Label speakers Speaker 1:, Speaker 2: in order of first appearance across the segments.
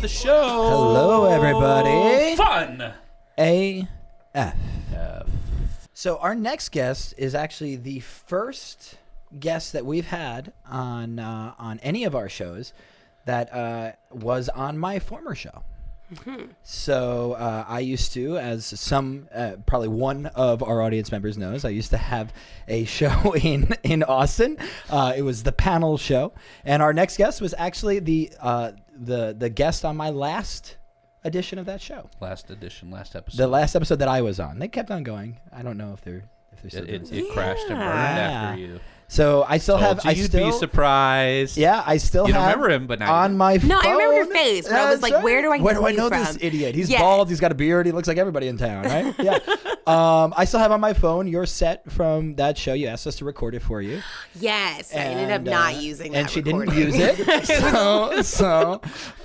Speaker 1: the show.
Speaker 2: Hello, everybody.
Speaker 1: Fun.
Speaker 2: AF. So, our next guest is actually the first guest that we've had on uh, on any of our shows that uh, was on my former show. So, uh, I used to, as some, uh, probably one of our audience members knows, I used to have a show in, in Austin. Uh, it was the panel show. And our next guest was actually the, uh, the, the guest on my last edition of that show
Speaker 1: Last edition, last episode.
Speaker 2: the last episode that I was on. They kept on going. I don't know if they're if they're still
Speaker 1: it, it,
Speaker 2: doing it.
Speaker 1: it crashed and burned after
Speaker 2: Yeah.
Speaker 1: you.
Speaker 2: So I still have.
Speaker 1: Told you
Speaker 2: I
Speaker 1: you'd
Speaker 2: still.
Speaker 1: be surprised.
Speaker 2: Yeah, I still
Speaker 1: You don't
Speaker 2: have
Speaker 1: remember him, but now you
Speaker 2: on
Speaker 1: do.
Speaker 2: my
Speaker 3: No, I remember your
Speaker 2: phone-
Speaker 3: face, but I was
Speaker 2: That's
Speaker 3: like, where do I
Speaker 2: Where
Speaker 3: know
Speaker 2: do I
Speaker 3: you
Speaker 2: know
Speaker 3: from?
Speaker 2: this idiot? He's
Speaker 3: Yeah.
Speaker 2: bald. He's got a beard. He looks like everybody in town, right? Yeah. um, I still have on my phone your set from that show. You asked us to record it for you.
Speaker 3: Yes, I ended up
Speaker 2: And,
Speaker 3: not
Speaker 2: uh,
Speaker 3: using that.
Speaker 2: and she
Speaker 3: recording.
Speaker 2: didn't use it so so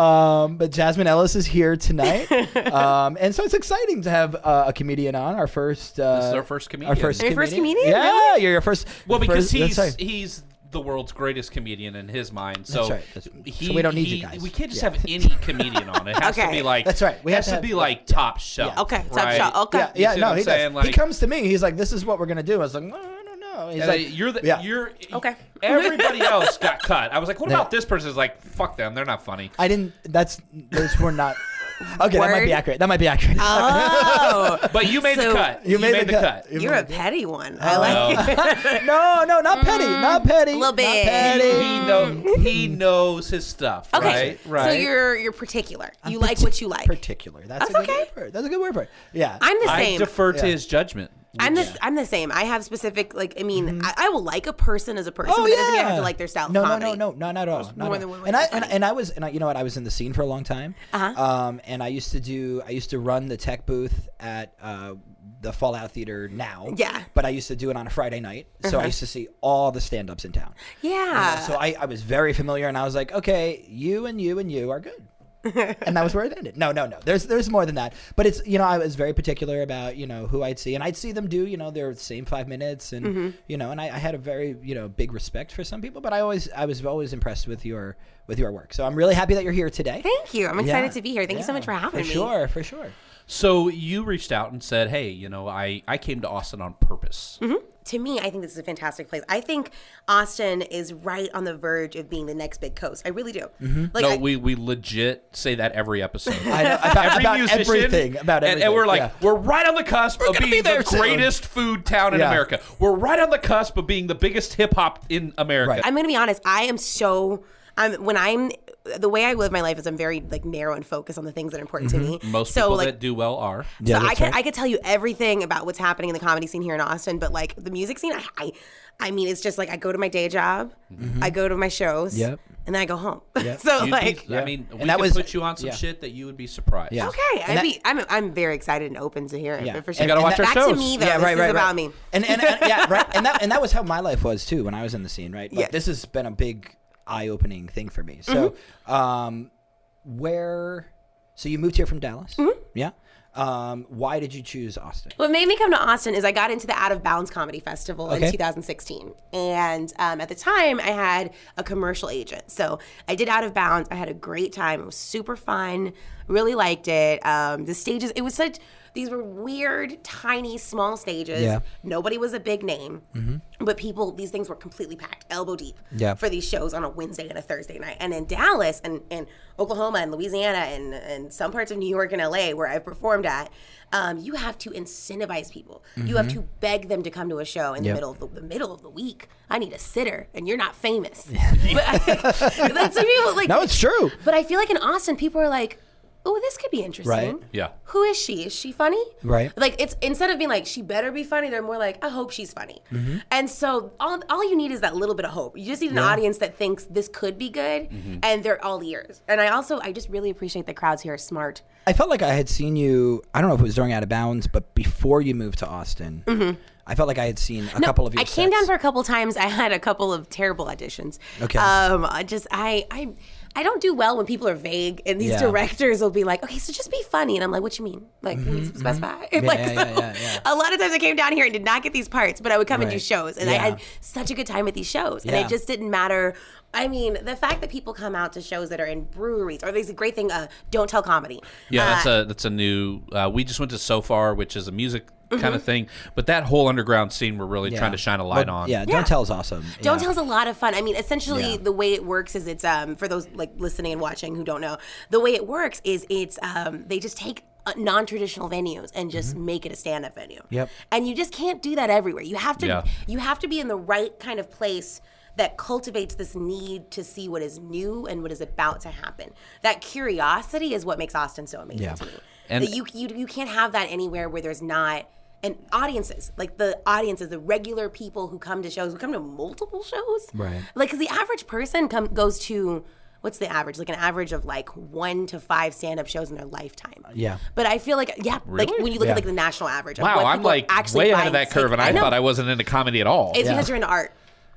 Speaker 2: um, but jasmine ellis is here tonight um, and so it's exciting to have uh, a comedian on our first uh,
Speaker 1: is our first comedian.
Speaker 2: our first,
Speaker 3: Your first comedian,
Speaker 2: yeah
Speaker 3: really?
Speaker 2: you're your first
Speaker 1: Well, because
Speaker 2: first- that's
Speaker 1: he's
Speaker 2: right.
Speaker 1: he's the world's greatest comedian in his mind. So,
Speaker 2: That's right. That's- so we don't need you guys.
Speaker 1: We can't just
Speaker 2: Yeah.
Speaker 1: have any comedian on. It has to
Speaker 3: Okay.
Speaker 1: be like
Speaker 2: That's right. We
Speaker 1: We
Speaker 2: have
Speaker 1: has
Speaker 2: to
Speaker 1: to,
Speaker 2: have-
Speaker 1: be like top shelf.
Speaker 3: Okay, so
Speaker 1: right?
Speaker 3: I'm shocked. Okay.
Speaker 2: yeah,
Speaker 1: You
Speaker 2: yeah
Speaker 1: see
Speaker 2: no
Speaker 1: what I'm
Speaker 2: he
Speaker 1: saying?
Speaker 2: does he
Speaker 1: Like-
Speaker 2: comes to me he's like this is what we're gonna do i was like well, i don't know he's
Speaker 1: And
Speaker 2: like
Speaker 1: I- you're the
Speaker 2: yeah.
Speaker 1: you're
Speaker 3: Okay.
Speaker 1: Everybody else got cut. I was like, what
Speaker 2: Yeah.
Speaker 1: about this person? Is like, fuck them. They're not funny.
Speaker 2: i didn't that's those were not okay that might
Speaker 3: Word.
Speaker 2: be accurate that might be accurate
Speaker 3: Oh,
Speaker 1: But you made the
Speaker 3: So-
Speaker 1: cut.
Speaker 2: You made the cut. You
Speaker 3: you're a petty one.
Speaker 2: Oh,
Speaker 3: I like
Speaker 1: No.
Speaker 2: no no not petty not petty
Speaker 3: Mm-hmm. little
Speaker 2: not
Speaker 3: bit.
Speaker 2: petty.
Speaker 1: he know he knows his stuff.
Speaker 3: Okay,
Speaker 1: Right. Right.
Speaker 3: so you're you're particular. You like what you like.
Speaker 2: particular. That's,
Speaker 3: That's
Speaker 2: a good
Speaker 3: okay.
Speaker 2: word for it. That's a good word for it. Yeah.
Speaker 3: I'm the
Speaker 1: I
Speaker 3: same.
Speaker 1: defer to
Speaker 2: Yeah.
Speaker 1: his judgment.
Speaker 3: I'm the I'm the same. I have specific like I mean I, I will like a person as a person, but it doesn't mean I have to like their style. of
Speaker 2: Mm-hmm. Oh, No,
Speaker 3: comedy.
Speaker 2: no, no, no, no, not at all. Not
Speaker 3: more
Speaker 2: at
Speaker 3: than
Speaker 2: all.
Speaker 3: one way
Speaker 2: And I
Speaker 3: to
Speaker 2: and,
Speaker 3: find
Speaker 2: and I was and I, you know what I was in the scene for a long time. Uh-huh. Um, and I used to do I used to run the tech booth at uh, the Fallout Theater now.
Speaker 3: Yeah. Uh-huh.
Speaker 2: But I used to do it on a Friday night, so I used to see all the stand-ups in town.
Speaker 3: Yeah.
Speaker 2: so I, I was very familiar, and I was like, okay, you and you and you are good. and that was where it ended. No, no, no. There's there's more than that. But it's you know I was very particular about you know who I'd see, and I'd see them do you know their same five minutes, and
Speaker 3: Mm-hmm.
Speaker 2: you know, and I, I had a very you know big respect for some people, but I always I was always impressed with your with your work. So I'm really happy that you're here today.
Speaker 3: Thank you. I'm excited
Speaker 2: Yeah.
Speaker 3: to be here. Thank you so
Speaker 2: Yeah,
Speaker 3: much for having
Speaker 2: for
Speaker 3: me.
Speaker 2: Sure, for sure.
Speaker 1: So you reached out and said, "Hey, you know, I I came to Austin on purpose."
Speaker 3: to me, I think this is a fantastic place. I think Austin is right on the verge of being the next big coast. I really do.
Speaker 2: Mm-hmm.
Speaker 3: Like,
Speaker 1: no,
Speaker 3: I-
Speaker 1: we we legit say that every episode.
Speaker 2: I know, about,
Speaker 1: Every
Speaker 2: about
Speaker 1: musician,
Speaker 2: everything about
Speaker 1: and-
Speaker 2: everything.
Speaker 1: and we're like,
Speaker 2: yeah.
Speaker 1: we're right on the cusp of
Speaker 2: gonna
Speaker 1: being
Speaker 2: be there
Speaker 1: the
Speaker 2: soon.
Speaker 1: greatest food town in
Speaker 2: Yeah.
Speaker 1: America. We're right on the cusp of being the biggest hip hop in America.
Speaker 2: Right.
Speaker 3: I'm going to be honest. I am so. I'm when I'm the way I live my life is I'm very like narrow and focused on the things that are important to me.
Speaker 1: Mm-hmm. Most
Speaker 3: so
Speaker 1: people
Speaker 3: like
Speaker 1: that do well are.
Speaker 2: Yeah,
Speaker 3: so I
Speaker 2: that's
Speaker 3: could
Speaker 2: right.
Speaker 3: I could tell you everything about what's happening in the comedy scene here in Austin, but like the music scene, I I, I mean it's just like I go to my day job, I go to my shows,
Speaker 2: Mm-hmm. Yep.
Speaker 3: and then I go home. so
Speaker 1: You'd be-
Speaker 3: like
Speaker 1: I mean, we
Speaker 2: And that
Speaker 1: could
Speaker 2: was-
Speaker 1: put you on some
Speaker 2: yeah.
Speaker 1: shit that you would be surprised.
Speaker 2: Yeah.
Speaker 3: okay,
Speaker 2: And
Speaker 3: I
Speaker 2: that-
Speaker 3: mean I'm I'm very excited and open to hearing
Speaker 2: Yeah.
Speaker 3: it for
Speaker 2: And
Speaker 3: sure.
Speaker 2: gotta
Speaker 1: watch our
Speaker 3: Back
Speaker 1: shows.
Speaker 3: to me though,
Speaker 2: yeah,
Speaker 3: this
Speaker 2: right,
Speaker 3: is
Speaker 2: right, right.
Speaker 3: about me.
Speaker 2: And, and, and yeah, right. And that and that was how my life was too when I was in the scene, right? Like,
Speaker 3: Yeah.
Speaker 2: This has been a big eye-opening thing for me. So,
Speaker 3: Mm-hmm.
Speaker 2: um, where? So you moved here from Dallas,
Speaker 3: Mm-hmm.
Speaker 2: yeah? Um, why did you choose Austin?
Speaker 3: What made me come to Austin is I got into the Out of Bounds Comedy Festival
Speaker 2: Okay.
Speaker 3: in 2016. And um, at the time, I had a commercial agent. So I did Out of Bounds. I had a great time. It was super fun. Really liked it. Um, the stages, it was such, these were weird, tiny, small stages.
Speaker 2: Yeah. Mm-hmm.
Speaker 3: Nobody was a big name. But people, these things were completely packed, elbow deep
Speaker 2: Yeah.
Speaker 3: for these shows on a Wednesday and a Thursday night. And in Dallas and, and Oklahoma and Louisiana and, and some parts of New York and LA where I've performed at, um, you have to incentivize people. You have to beg them to come to a show in
Speaker 2: Yep.
Speaker 3: the middle of the, the middle of the week. I need a sitter and you're not famous. but, that's what people like
Speaker 2: No, it's true.
Speaker 3: But I feel like in Austin people are like, Oh, this could be interesting.
Speaker 2: Right.
Speaker 1: Yeah.
Speaker 3: Who is she? Is she funny?
Speaker 2: Right.
Speaker 3: Like it's instead of being like she better be funny, they're more like I hope she's funny.
Speaker 2: Mm-hmm.
Speaker 3: And so all all you need is that little bit of hope. You just need an audience that thinks this could be good,
Speaker 2: Mm-hmm.
Speaker 3: and they're all ears. And I also I just really appreciate the crowds here are smart.
Speaker 2: I felt like I had seen you. I don't know if it was during Out of Bounds, but before you moved to Austin, I felt like I had seen a couple of your.
Speaker 3: Mm-hmm. I came down
Speaker 2: sets.
Speaker 3: for a couple times. I had a couple of terrible auditions.
Speaker 2: Okay.
Speaker 3: Um, I just I I I don't do well when people are vague and these
Speaker 2: Yeah.
Speaker 3: directors will be like, okay, so just be funny. And I'm like, what you mean? Like, we need some specify. like,
Speaker 2: Mm-hmm, yeah, yeah, yeah, yeah.
Speaker 3: a lot of times I came down here and did not get these parts, but I would come and do
Speaker 2: Right.
Speaker 3: shows. And I
Speaker 2: Yeah.
Speaker 3: had such a good time at these shows. And
Speaker 2: Yeah.
Speaker 3: it just didn't matter. I mean, the fact that people come out to shows that are in breweries, or there's a great thing, uh, don't tell comedy.
Speaker 1: Yeah,
Speaker 3: Uh,
Speaker 1: that's a that's a new. Uh, we just went to SoFar, which is a music
Speaker 3: Mm-hmm.
Speaker 1: kind of thing, but that whole underground scene we're really trying to shine a light
Speaker 2: Well,
Speaker 1: on.
Speaker 2: Yeah, don't tell is awesome.
Speaker 3: Don't
Speaker 2: yeah.
Speaker 3: Tell's a lot of fun. I mean, essentially,
Speaker 2: Yeah.
Speaker 3: the way it works is it's um for those like listening and watching who don't know, the way it works is it's um they just take uh, non-traditional venues and just make it a stand-up venue.
Speaker 2: Mm-hmm. Yep.
Speaker 3: And you just can't do that everywhere. You have to
Speaker 1: Yeah.
Speaker 3: you have to be in the right kind of place that cultivates this need to see what is new and what is about to happen. That curiosity is what makes Austin so amazing
Speaker 2: Yeah.
Speaker 3: to me.
Speaker 1: And-
Speaker 3: that you, you you can't have that anywhere where there's not and audiences like the audiences the regular people who come to shows who come to multiple shows
Speaker 2: Right.
Speaker 3: like because the average person come goes to what's the average like an average of like one to five stand-up shows in their lifetime
Speaker 2: Yeah.
Speaker 3: but i feel like yeah like
Speaker 1: Really?
Speaker 3: when you look
Speaker 2: Yeah.
Speaker 3: at like the national average of
Speaker 1: Wow,
Speaker 3: what
Speaker 1: I'm
Speaker 3: people are
Speaker 1: like
Speaker 3: actually
Speaker 1: way ahead
Speaker 3: buying
Speaker 1: of that
Speaker 3: and seeing-
Speaker 1: curve, and I,
Speaker 3: know.
Speaker 1: thought I wasn't into comedy at all.
Speaker 3: It's
Speaker 2: Yeah.
Speaker 3: because you're into art.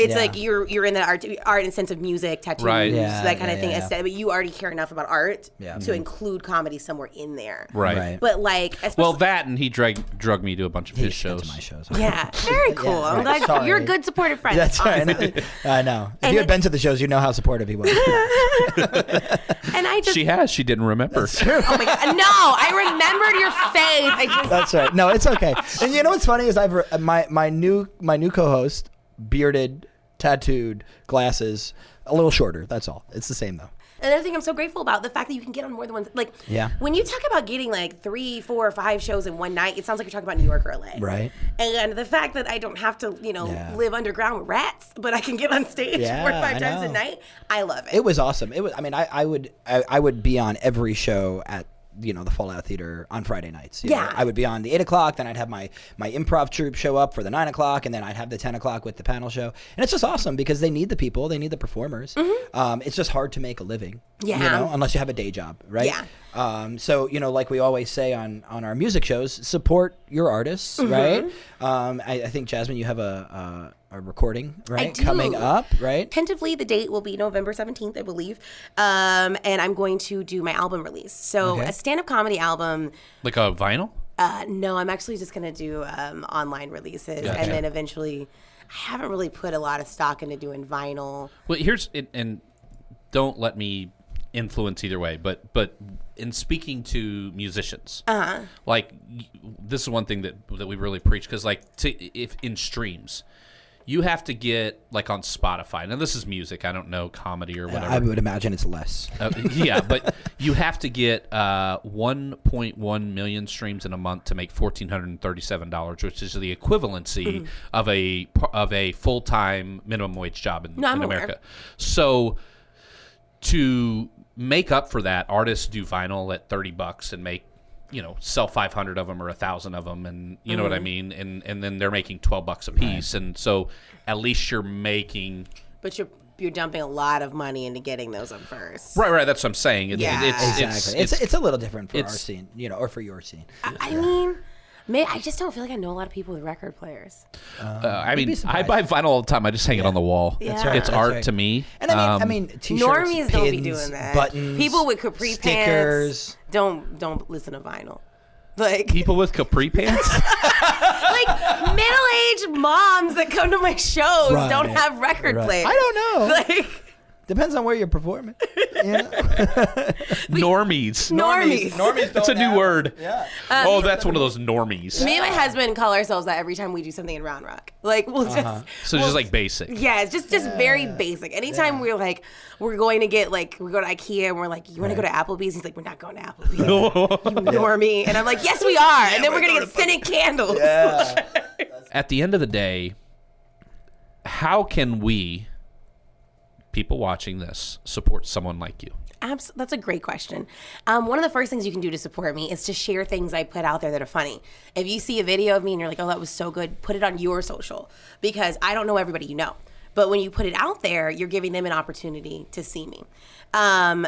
Speaker 3: It's
Speaker 2: Yeah.
Speaker 3: like you're you're in the art art and sense of music, tattoos,
Speaker 1: Right.
Speaker 2: Yeah,
Speaker 3: that kind of
Speaker 2: yeah,
Speaker 3: thing.
Speaker 2: yeah, yeah.
Speaker 3: Aesthetic, But you already care enough about art
Speaker 2: Yeah. Mm-hmm.
Speaker 3: to include comedy somewhere in there.
Speaker 1: right.
Speaker 2: Right.
Speaker 3: But like, especially,
Speaker 1: Well, that and he drug drug me to a bunch of his
Speaker 2: That's
Speaker 1: shows.
Speaker 2: my shows.
Speaker 3: yeah, very cool. I'm
Speaker 2: right.
Speaker 3: glad
Speaker 2: Sorry.
Speaker 3: you're a good supportive friend. Uh,
Speaker 2: That's right. I
Speaker 3: honestly.
Speaker 2: know. I know. If
Speaker 3: And
Speaker 2: you had
Speaker 3: it-
Speaker 2: been to the shows, you know how supportive he was. Yeah.
Speaker 3: And I just,
Speaker 1: She has. She didn't remember.
Speaker 3: oh my god, no, I remembered your face. I just,
Speaker 2: That's right. No, it's okay. And you know what's funny is I've re- my my new my new co-host, bearded, tattooed, glasses, a little shorter. That's all. It's the same though.
Speaker 3: another thing I'm so grateful about the fact that you can get on more than one. Like,
Speaker 2: Yeah.
Speaker 3: when you talk about getting like three, four, or five shows in one night, it sounds like you're talking about New York or LA.
Speaker 2: Right.
Speaker 3: And the fact that I don't have to, you know,
Speaker 2: Yeah.
Speaker 3: live underground with rats, but I can get on stage
Speaker 2: Yeah,
Speaker 3: four or five
Speaker 2: I
Speaker 3: times a
Speaker 2: know.
Speaker 3: night, I love it.
Speaker 2: It was awesome. It was. I mean, I, I would I, I would be on every show at you know the Fallout Theater on Friday nights. you know.
Speaker 3: Yeah.
Speaker 2: I would be on the eight o'clock. Then I'd have my my improv troupe show up for the nine o'clock, and then I'd have the ten o'clock with the panel show. And it's just awesome because they need the people, they need the performers. Um, it's just hard to make a living. You
Speaker 3: Mm-hmm. Yeah.
Speaker 2: know, unless you have a day job, right?
Speaker 3: Yeah.
Speaker 2: Um, so you know, like we always say on on our music shows, support your artists,
Speaker 3: Mm-hmm.
Speaker 2: right? Um, I, I think Jasmine, you have a a, a recording right coming
Speaker 3: do.
Speaker 2: up, right?
Speaker 3: Tentatively, the date will be November 17th, I believe. Um, and I'm going to do my album release. So,
Speaker 2: Okay.
Speaker 3: a stand up comedy album.
Speaker 1: like a vinyl.
Speaker 3: Uh, no, I'm actually just going to do um, online releases.
Speaker 1: Gotcha.
Speaker 3: And then eventually, I haven't really put a lot of stock into doing vinyl.
Speaker 1: Well, here's and, and don't let me influence either way, but but in speaking to musicians, uh like y- this is one thing that that we really preach because like to, if in streams. You have to get like on Spotify. Now this is music. I don't know comedy or whatever.
Speaker 2: I would imagine it's less.
Speaker 1: Uh, yeah, but you have to get uh, 1.1 million streams in a month to make $1,437, which is the equivalency
Speaker 3: Mm-hmm.
Speaker 1: of a par- of a full time minimum wage job in,
Speaker 3: No, I'm
Speaker 1: in
Speaker 3: aware.
Speaker 1: America. So to make up for that, artists do vinyl at 30 bucks and make you know sell 500 of them or a thousand of them and you know what i
Speaker 3: Mm-hmm.
Speaker 1: mean and and then they're making 12 bucks a piece and so at least you're making
Speaker 3: But you're you're dumping a lot of money into getting those up first.
Speaker 1: right right that's what i'm saying It- it-
Speaker 3: Yeah.
Speaker 1: it's,
Speaker 2: Exactly.
Speaker 1: it's,
Speaker 2: It's,
Speaker 1: it's
Speaker 2: it's, a little different for our
Speaker 1: it's-
Speaker 2: scene, you know, or for your scene.
Speaker 3: I mean, may, I just don't feel like I know a lot of people with record players.
Speaker 1: Uh, I mean, I
Speaker 2: surprised.
Speaker 1: buy vinyl all the time. I just hang it on the wall.
Speaker 3: That's right,
Speaker 1: It's
Speaker 3: that's
Speaker 1: art
Speaker 2: right.
Speaker 1: to me.
Speaker 2: And I mean, I
Speaker 1: Um,
Speaker 2: mean, t-shirts,
Speaker 3: Normies don't be
Speaker 2: pins,
Speaker 3: doing that.
Speaker 2: Buttons,
Speaker 3: people with capri
Speaker 2: stickers.
Speaker 3: pants don't don't listen to vinyl. Like
Speaker 1: people with capri pants.
Speaker 3: like middle aged moms that come to my shows
Speaker 2: Right.
Speaker 3: don't have record
Speaker 2: Right.
Speaker 3: players.
Speaker 2: I don't know.
Speaker 3: Like
Speaker 2: Depends on where you're performing. Yeah.
Speaker 1: normies.
Speaker 3: normies.
Speaker 2: Normies.
Speaker 1: That's a new word.
Speaker 2: Yeah.
Speaker 1: oh, that's one of those normies.
Speaker 3: Um, Me and my husband call ourselves that every time we do something in Round Rock. Like we'll just
Speaker 1: So just like basic.
Speaker 3: Uh-huh. Yeah, it's just just very basic. Anytime we're like, we're going to get like, we go to IKEA and we're like, you want to go to Applebee's? He's like, we're not going to Applebee's. you normie. And I'm like, yes, we are. and then we're, gonna get scented candles.
Speaker 2: Yeah.
Speaker 1: At the end of the day, how can we, people watching this, support someone like you?
Speaker 3: Abs- that's a great question. Um, one of the first things you can do to support me is to share things I put out there that are funny. If you see a video of me and you're like, oh, that was so good, put it on your social because I don't know everybody you know. But when you put it out there, you're giving them an opportunity to see me. Um,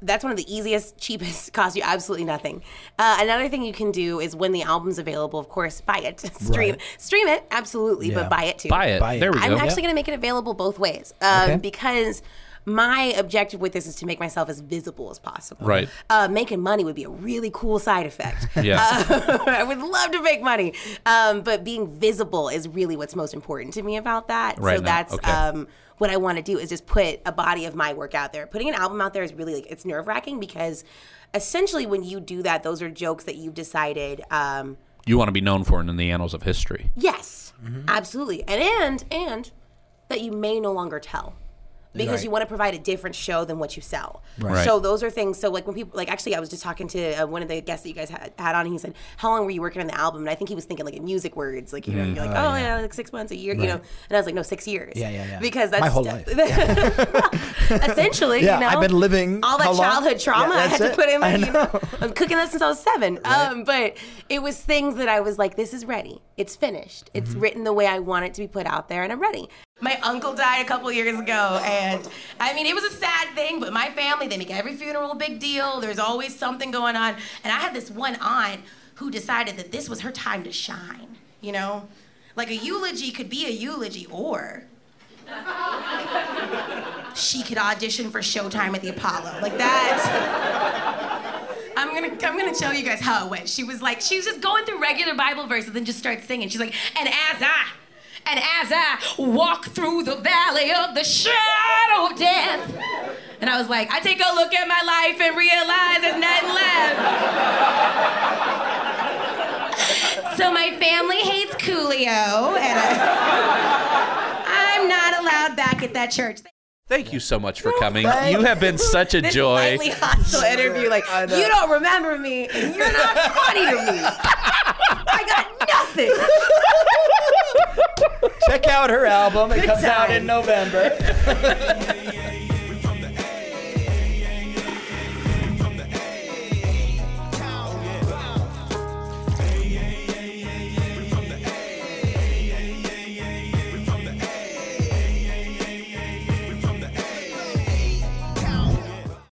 Speaker 3: that's one of the easiest, cheapest, costs you absolutely nothing. Uh, another thing you can do is when the album's available, of course, buy it. stream, stream it, absolutely,
Speaker 2: Yeah.
Speaker 3: but buy it too.
Speaker 1: Buy it.
Speaker 2: Buy it.
Speaker 1: There we
Speaker 3: I'm
Speaker 1: go.
Speaker 3: actually going to make it available both ways um,
Speaker 2: Okay.
Speaker 3: because my objective with this is to make myself as visible as possible.
Speaker 1: Right.
Speaker 3: Uh, making money would be a really cool side effect.
Speaker 1: Yeah.
Speaker 3: Uh, I would love to make money, um, but being visible is really what's most important to me about that.
Speaker 1: Right
Speaker 3: so
Speaker 1: now,
Speaker 3: that's
Speaker 1: okay.
Speaker 3: um, what I want to do is just put a body of my work out there. Putting an album out there is really like it's nerve wracking because essentially when you do that, those are jokes that you've decided. Um,
Speaker 1: you want to be known for it in the annals of history.
Speaker 3: Yes, Mm-hmm. absolutely, and and and that you may no longer tell because
Speaker 2: Right.
Speaker 3: you want to provide a different show than what you sell.
Speaker 1: Right.
Speaker 3: So those are things. So like when people like actually, I was just talking to uh, one of the guests that you guys had, had on. And he said, "How long were you working on the album?" And I think he was thinking like in music words, like you know, you're like,
Speaker 2: Mm-hmm.
Speaker 3: "Oh yeah. like six months, a year," you know. And I was like, "No, six years."
Speaker 2: Yeah, yeah, yeah.
Speaker 3: Because
Speaker 2: My
Speaker 3: that's
Speaker 2: whole life.
Speaker 3: essentially,
Speaker 2: Yeah,
Speaker 3: you know,
Speaker 2: I've been living
Speaker 3: all that
Speaker 2: how long?
Speaker 3: childhood trauma
Speaker 2: Yeah,
Speaker 3: I
Speaker 2: that's
Speaker 3: had to
Speaker 2: it.
Speaker 3: put in.
Speaker 2: I
Speaker 3: Like, you
Speaker 2: know.
Speaker 3: know, I'm cooking up since I was seven. Um, but it was things that I was like, this is ready. It's finished. It's
Speaker 2: Mm-hmm.
Speaker 3: written the way I want it to be put out there, and I'm ready. My uncle died a couple years ago, and I mean, it was a sad thing, but my family, they make every funeral a big deal. There's always something going on. And I had this one aunt who decided that this was her time to shine, you know? Like a eulogy could be a eulogy, or she could audition for Showtime at the Apollo. Like that. I'm gonna I'm gonna tell you guys how it went. She was like, she was just going through regular Bible verses and just starts singing. She's like, and as I and as I walk through the valley of the shadow of death. And I was like, I take a look at my life and realize there's nothing left. so my family hates Coolio, and I, I'm not allowed back at that church.
Speaker 1: Thank you so much for
Speaker 3: No,
Speaker 1: coming.
Speaker 2: thank
Speaker 1: You have been such a
Speaker 3: This
Speaker 1: joy.
Speaker 3: slightly hostile interview, like
Speaker 2: I know.
Speaker 3: you don't remember me, and you're not funny to me. I got nothing.
Speaker 2: Check out her album. It comes out
Speaker 3: times.
Speaker 2: in November.